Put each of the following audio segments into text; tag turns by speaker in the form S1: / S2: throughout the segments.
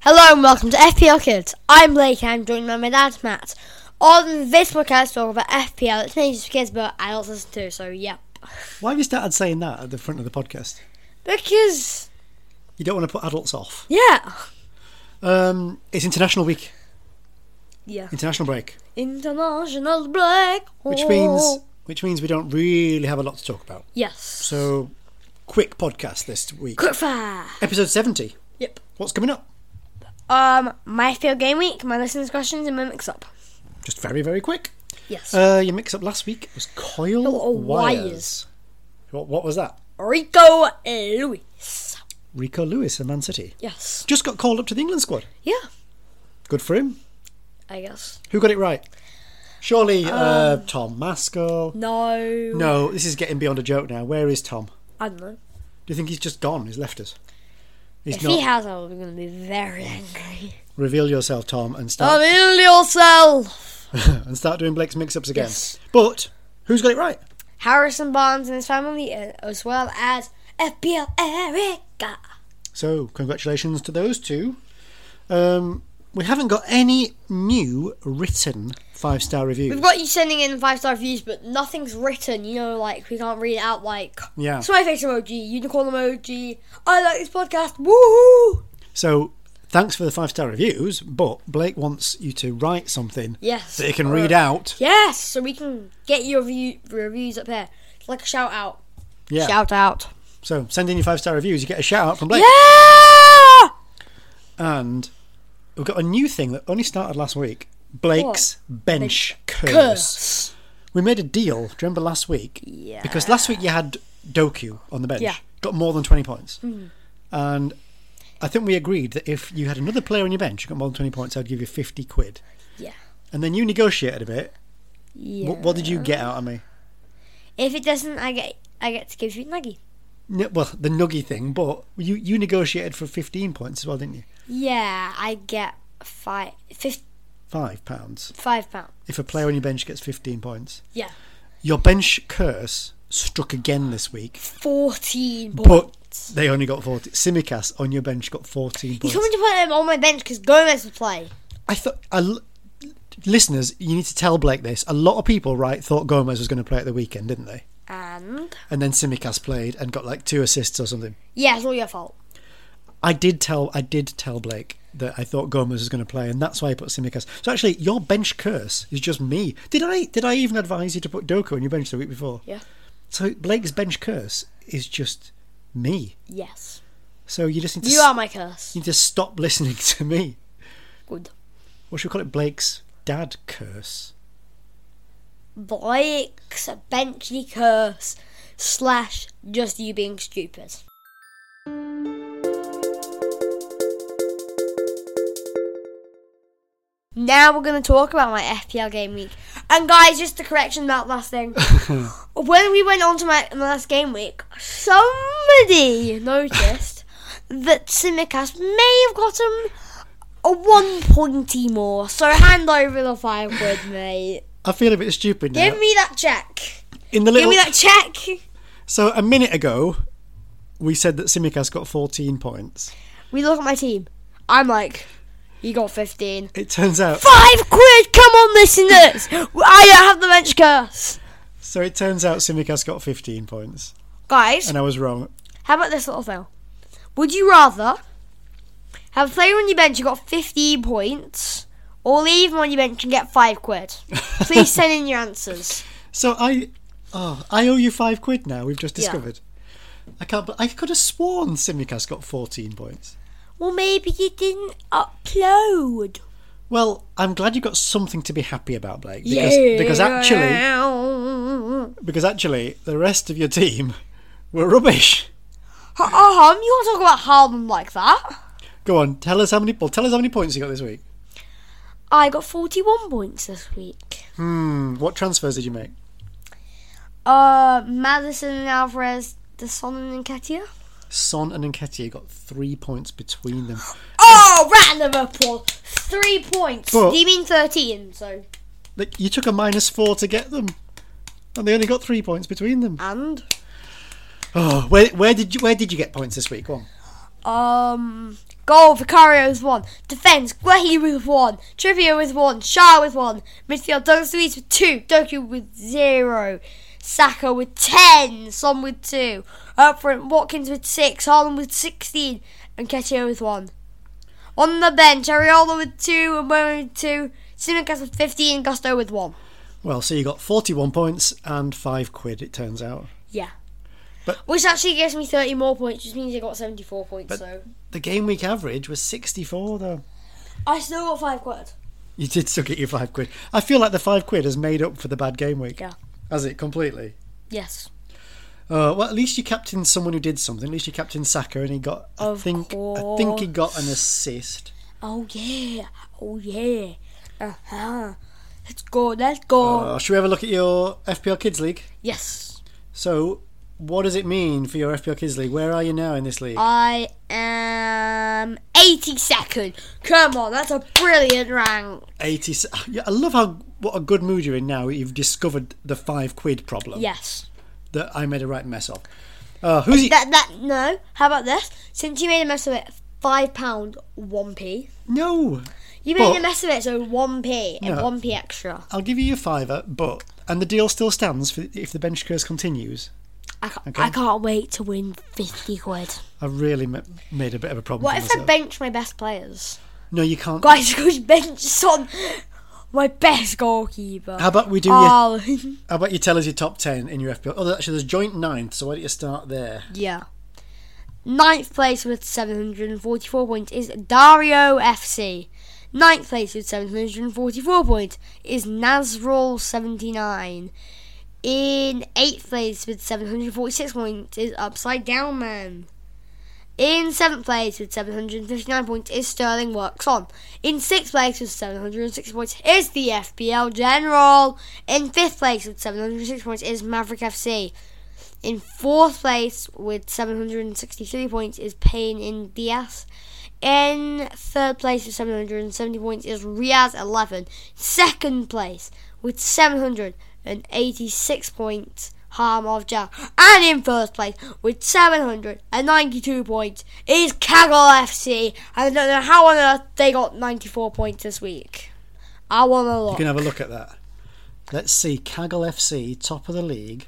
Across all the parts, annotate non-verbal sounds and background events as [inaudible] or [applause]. S1: Hello and welcome to FPL Kids. I'm Blake and I'm joined by my dad Matt. On this podcast, we talk about FPL. It's not just for kids, but adults listen too. So yeah,
S2: Why have you started saying that at the front of the podcast?
S1: because
S2: You don't want to put adults off.
S1: yeah,
S2: Um, it's International Week,
S1: yeah,
S2: International Break,
S1: international break, Oh,
S2: which means which means we don't really have a lot to talk about.
S1: yes.
S2: So, quick podcast this week,
S1: quick fire.
S2: episode seventy.
S1: Yep.
S2: What's coming up?
S1: Um, my field game week, my listeners' questions, and my mix up.
S2: Just very very quick.
S1: Yes.
S2: Uh, your mix up last week was coil
S1: Oh,
S2: wires.
S1: wires.
S2: What, what was that?
S1: Rico and Luis.
S2: Rico Lewis and Man City
S1: Yes.
S2: just got called up to the England squad.
S1: Yeah.
S2: Good for him.
S1: I guess.
S2: Who got it right? Surely uh,
S1: Um.
S2: Tom Maskell.
S1: No.
S2: No, this is getting beyond a joke now. Where is Tom?
S1: I don't know.
S2: Do you think he's just gone? He's left us. He's
S1: If
S2: not.
S1: he has, I'm gonna be very angry.
S2: Reveal yourself, Tom, and start
S1: Reveal yourself.
S2: [laughs] and start doing Blake's mix-ups again.
S1: Oh. Yes.
S2: But who's got it right?
S1: Harrison Barnes and his family, uh, as well as FBL Erica.
S2: So congratulations to those two. Um, we haven't got any new written five-star reviews.
S1: We've got you sending in five star reviews, but nothing's written. You know, like we can't read it out. Like
S2: Yeah.
S1: smiley face emoji, unicorn emoji. I like this podcast. Woohoo!
S2: So thanks for the five-star reviews, but Blake wants you to write something
S1: Yes.
S2: that he can read out.
S1: Yes, so we can get your review, reviews up here. It's like a shout out.
S2: Yeah.
S1: Shout out.
S2: So send in your five-star reviews. You get a shout out from Blake.
S1: Yeah!
S2: And we've got a new thing that only started last week. Blake's bench curse.
S1: Curse.
S2: We made a deal. Do you remember last week? Yeah. Because last week you had Doku on the bench.
S1: Yeah. Mm-hmm.
S2: Got more than twenty points. And I think we agreed that if you had another player on your bench who got more than twenty points, I'd give you fifty quid.
S1: Yeah.
S2: And then you negotiated a bit.
S1: Yeah.
S2: What, what did you get out of me?
S1: If it doesn't, I get I get to give you Nuggy.
S2: No, well, the nuggy thing, but you you negotiated for fifteen points as well, didn't you?
S1: Yeah, I get five, fif-
S2: Five pounds.
S1: five pounds.
S2: If a player on your bench gets fifteen points.
S1: Yeah.
S2: Your bench curse struck again this week,
S1: 14 points.
S2: but they only got 40. Simicas on your bench got 14
S1: He's
S2: points.
S1: coming to put him on my bench because Gomez will play.
S2: I thought, I l- listeners, you need to tell Blake this. A lot of people, right, thought Gomez was going to play at the weekend, didn't they?
S1: And.
S2: And then Simicas played and got like two assists or something.
S1: Yeah, it's all your fault.
S2: I did tell, I did tell Blake that I thought Gomez was going to play, and that's why I put Simicas. So actually, your bench curse is just me. Did I, did I even advise you to put Doku on your bench the week before?
S1: Yeah.
S2: So Blake's bench curse is just me.
S1: Yes.
S2: So you just need to
S1: You are my curse.
S2: You need to stop listening to me.
S1: Good.
S2: What should we call it? Blake's dad curse.
S1: Blake's benchy curse slash just you being stupid. Now we're going to talk about my FPL game week. And guys, just a correction about last thing. when we went on to my, my last game week, somebody noticed that Simicast may have got him a one pointy more. So hand over the five quid, mate.
S2: I feel a bit stupid now.
S1: Give me that check.
S2: In the
S1: Give
S2: little
S1: me that check.
S2: so a minute ago, we said that Simicas got 14 points.
S1: We look at my team. I'm like, you got 15.
S2: It turns out,
S1: Five quid. Come on, listeners. [laughs] I don't have the bench curse,
S2: so it turns out Simicas got 15 points,
S1: guys.
S2: and I was wrong.
S1: How about this little thing? Would you rather have a player on your bench who got 15 points, or leave him on your bench and get five
S2: [laughs]
S1: quid? Please send in your answers.
S2: So I, oh, I owe you five quid now. We've just discovered. I can't. bel- I could have sworn Simicas got 14 points.
S1: Well, maybe you didn't upload.
S2: Well, I'm glad you got something to be happy about, Blake. Because, because actually, because actually, the rest of your team were rubbish.
S1: Oh, hum, you want to talk about Harlem like that?
S2: Go on, tell us how many. Well, tell us how many points you got this week.
S1: I got 41 points this week.
S2: Hmm. What transfers did you make?
S1: Uh, Madison and Alvarez, Deson and Katia.
S2: Son and Nketiah got three points between them.
S1: Oh, round of applause. Three points.
S2: But-
S1: Do you mean 13? So,
S2: Like, you took a minus four to get them, and they only got three points between them.
S1: and?
S2: Oh, where where did you where did you get points this week? Go on.
S1: Um, Goal, Vicario with one. Defence, Guehi with one. Trivia with one. Shah with one. Midfield, Douglas Luiz with two. Doku with zero. Saka with 10. Son with two. Up front, Watkins with six. Haaland with 16. And Ketio with one. On the bench, Ariola with two. And with two. Simicast with 15. Gusto with one.
S2: Well, so you got 41 points and five quid, it turns out.
S1: Yeah.
S2: But-
S1: Which actually gives me 30 more points, which means I got 74 points,
S2: But-
S1: so.
S2: The game week average was 64, though.
S1: I still got 5 quid.
S2: You did still get your five quid. I feel like the five quid has made up for the bad game week.
S1: Yeah.
S2: Has it completely?
S1: Yes.
S2: Uh, well, at least you captained someone who did something. At least you captained Saka, and he got. I
S1: Of
S2: think I think he got an assist.
S1: Oh, yeah. Oh, yeah. Uh huh. Let's go, let's go.
S2: Uh, should we have a look at your FPL Kids League?
S1: yes.
S2: So, what does it mean for your FPL Kids League? Where are you now in this
S1: Uh,
S2: league?
S1: I am 82nd. Come on, that's a brilliant rank.
S2: Eighty. [sighs] Yeah, I love how what a good mood you're in now. You've discovered the five quid problem
S1: Yes.
S2: that I made a right mess of. Uh, who's he?
S1: That, that, no. How about this? Since you made a mess of it, £5, 1p.
S2: No,
S1: You made
S2: But-
S1: a mess of it, so 1p and
S2: No.
S1: 1p extra.
S2: I'll give you your fiver, but and the deal still stands for if the bench curse continues.
S1: I can't,
S2: Okay.
S1: I can't wait to win 50 quid.
S2: I really ma- made a bit of a problem.
S1: What if
S2: for
S1: I
S2: myself.
S1: bench my best players?
S2: no, you can't.
S1: Guys, [laughs] could bench Son, my best goalkeeper.
S2: How about we do your?
S1: Oh,
S2: How about you tell us your top ten in your FPL? Oh, actually, there's joint ninth. So why don't you start there?
S1: yeah. Ninth place with 744 points is Dario FC. Ninth place with 744 points is Nazrul 79. In eighth place with 746 points is Upside Down Man. In seventh place with 759 points is Sterling Works On. In sixth place with 760 points is the FPL General. In fifth place with 706 points is Maverick FC. In fourth place with 763 points is Payne in DS. In third place with 770 points is Riyadh 11. Second place with 786 points, Harm of Jal. And in first place with 792 points is Kaggle FC. And I don't know how on earth they got 94 points this week. I want to
S2: You
S1: look.
S2: can have a look at that. Let's see. Kaggle FC, top of the league,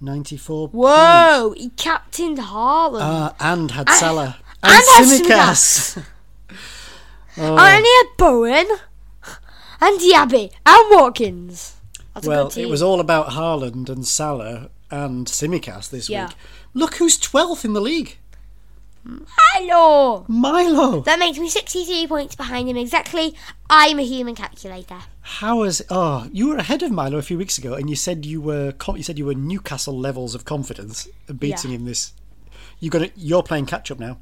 S2: ninety-four. points.
S1: Whoa, he captained Haaland.
S2: Ah, and had
S1: And-
S2: Salah
S1: and had
S2: Tsimikas. [laughs] Oh,
S1: I only had Bowen and Diaby and Watkins. That's a
S2: well,
S1: good team.
S2: it was all about Haaland and Salah and Simicast this
S1: Yeah.
S2: week. Look who's twelfth in the league.
S1: Hello.
S2: Milo.
S1: That makes me 63 points behind him exactly. I'm a human calculator.
S2: How is? Oh, you were ahead of Milo a few weeks ago, and you said you were co- you said you were Newcastle levels of confidence at beating him. This you got to, You're playing catch up now.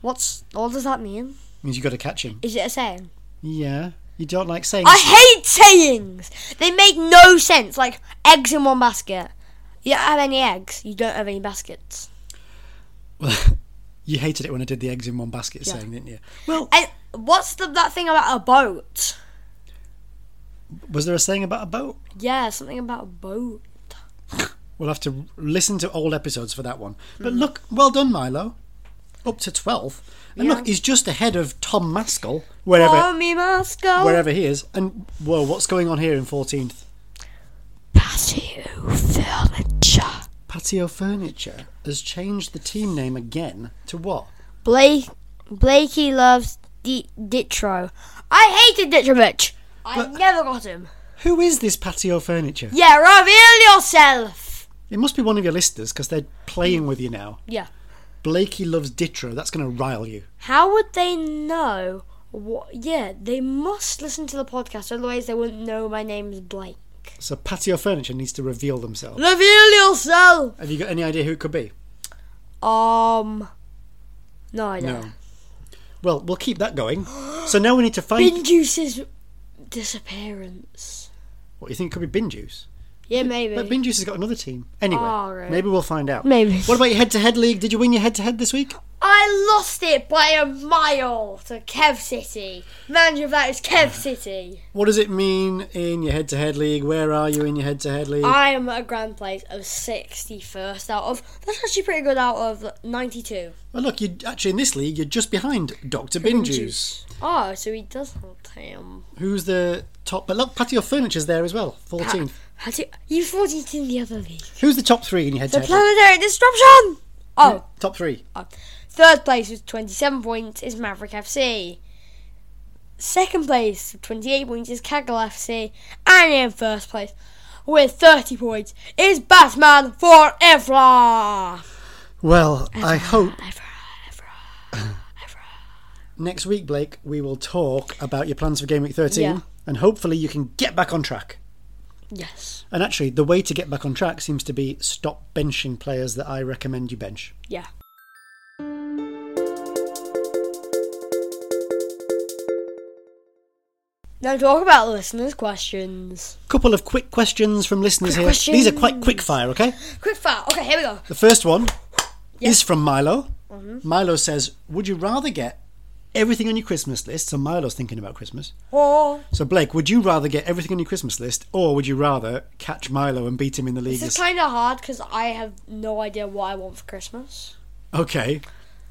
S1: What's what does that mean?
S2: Means you got to catch him.
S1: Is it a saying?
S2: Yeah. You don't like saying.
S1: I hate sayings. They make no sense. Like eggs in one basket. You don't have any eggs. You don't have any baskets.
S2: [laughs] you hated it when I did the eggs in one basket
S1: Yeah.
S2: saying, didn't you? Well,
S1: And what's the, that thing about a boat?
S2: was there a saying about a boat?
S1: Yeah, something about a boat.
S2: We'll have to listen to old episodes for that one. But
S1: Mm.
S2: look, well done, Milo. Up to 12th. And
S1: Yeah.
S2: look, he's just ahead of Tom Maskell, wherever
S1: Oh, me Moscow.
S2: wherever he is. And whoa, what's going on here in 14th?
S1: Patio furniture.
S2: Patio Furniture has changed the team name again to what?
S1: Blake Blakey loves D- Ditro. I hated Ditro bitch. I never got him.
S2: Who is this Patio Furniture?
S1: Yeah, reveal yourself.
S2: It must be one of your listeners because they're
S1: Mm.
S2: playing with you now.
S1: Yeah.
S2: Blakey loves Ditro. That's going to rile you.
S1: How would they know? What? Yeah, they must listen to the podcast, otherwise they wouldn't know my name's Blake.
S2: So Patio Furniture needs to reveal themselves.
S1: Reveal yourself.
S2: Have you got any idea who it could be?
S1: Um. No, I don't.
S2: No. Well, we'll keep that going. So now we need to find.
S1: Bin Juice's disappearance.
S2: What you think could be bin juice?
S1: Yeah, maybe.
S2: But bin juice has got another team. Anyway,
S1: All Oh, right.
S2: maybe we'll find out.
S1: Maybe.
S2: What about your head-to-head league? Did you win your head-to-head this week?
S1: I I lost it by a mile to Kev City. Manager of that is Kev City.
S2: What does it mean in your head to head league? Where are you in your head to head league?
S1: I am at a grand place of 61st out of. That's actually pretty good out of 92.
S2: well, look, you actually in this league, you're just behind Doctor Binjuice,
S1: Oh, so he does hold him.
S2: who's the top. But look, Patio Furniture's there as well, 14th.
S1: How do you, you thought he's in the other league?
S2: Who's the top three in your head to
S1: The
S2: head league?
S1: planetary disruption! Oh,
S2: Top three.
S1: Third place with 27 points is Maverick FC. Second place with 28 points is Kaggle FC. And in first place with 30 points is Batman Forever!
S2: Well, I hope
S1: Ever, ever.
S2: next week, Blake, we will talk about your plans for Game Week 13,
S1: Yeah.
S2: and hopefully you can get back on track.
S1: Yes.
S2: And actually, the way to get back on track seems to be stop benching players that I recommend you bench.
S1: Yeah. Now talk about listeners' questions.
S2: Couple of quick questions from listeners here.
S1: Quick
S2: These are quite quick fire, okay?
S1: Quick fire. Okay, here we go.
S2: The first one is from Milo.
S1: Mm-hmm.
S2: Milo says, "Would you rather get everything on your Christmas list?" So Milo's thinking about Christmas.
S1: Oh,
S2: So Blake, would you rather get everything on your Christmas list, or would you rather catch Milo and beat him in the league?
S1: this is
S2: as-
S1: kind of hard because I have no idea what I want for Christmas.
S2: okay,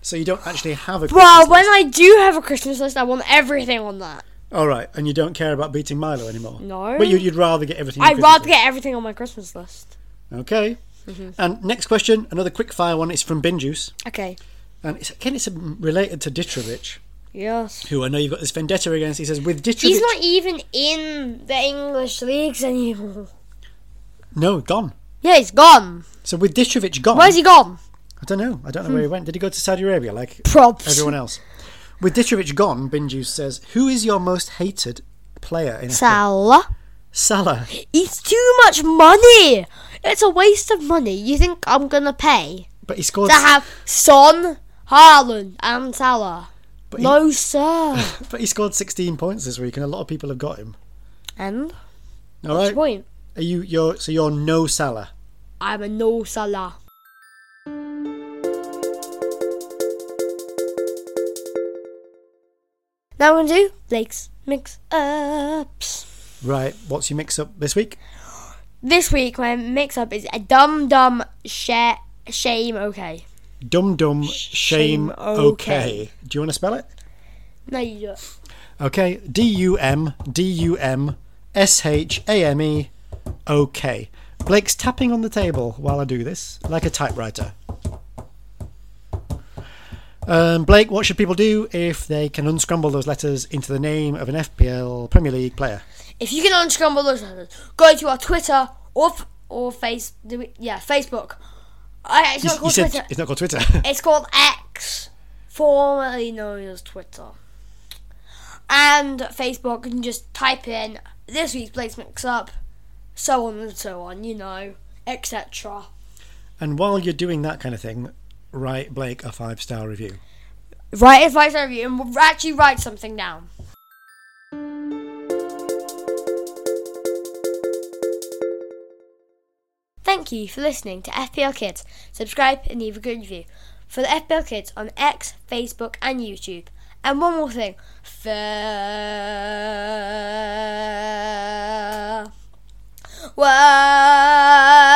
S2: so you don't actually have a.
S1: Well,
S2: Christmas
S1: when
S2: list.
S1: I do have a Christmas list, I want everything on that.
S2: All right, and you don't care about beating Milo anymore.
S1: No.
S2: but you, you'd rather get everything. on your
S1: I'd rather Mm-hmm.
S2: Christmas
S1: get everything on my Christmas list.
S2: list. Okay. And next question, another quick fire one. It's from Binjuice,
S1: Okay.
S2: and it's, again, it's um, related to Ditrovich.
S1: Yes.
S2: who I know you've got this vendetta against. He says with Ditrovich,
S1: He's not even in the English leagues anymore.
S2: no, gone.
S1: [laughs] Yeah, he's gone.
S2: So with Ditrovich gone,
S1: Where's he Hmm. gone?
S2: I don't know. I don't know where he went. Did he go to Saudi Arabia like
S1: Props.
S2: everyone else? With Ditrovich gone, Binju says, who is your most hated player in Africa?
S1: Salah.
S2: Salah.
S1: It's too much money. It's a waste of money. You think I'm gonna pay
S2: But he scored.
S1: to have Son, Haaland, and Salah?
S2: But he,
S1: No, sir.
S2: but he scored 16 points this week, and a lot of people have got him.
S1: [laughs] and
S2: All right.
S1: point.
S2: Are you? You're so you're no Salah.
S1: I'm a no Salah. Now we're gonna do Blake's mix ups.
S2: Right. What's your mix-up this week?
S1: This week my mix up is a dumb dumb share shame okay.
S2: Dum dum shame.
S1: Shame okay.
S2: okay. Do you want to spell it?
S1: No you do it.
S2: Okay, D U M D U M S H A M E O K. Blake's tapping on the table while I do this, like a typewriter. Um, Blake, what should people do if they can unscramble those letters into the name of an FPL Premier League player?
S1: If you can unscramble those letters, go to our Twitter or f- or face do we- yeah, Facebook. I, it's
S2: You-
S1: not
S2: you
S1: called
S2: said
S1: Twitter.
S2: it's not called Twitter.
S1: [laughs] It's called X, formerly known as Twitter. And Facebook, you can just type in this week's place mix up, so on and so on, you know, etc.
S2: and while you're doing that kind of thing, write Blake a five star review.
S1: Write advice over you and we'll actually write something down. Thank you for listening to FPL Kids. Subscribe and leave a good review for the FPL Kids on X, Facebook, and YouTube. And one more thing. Farewell.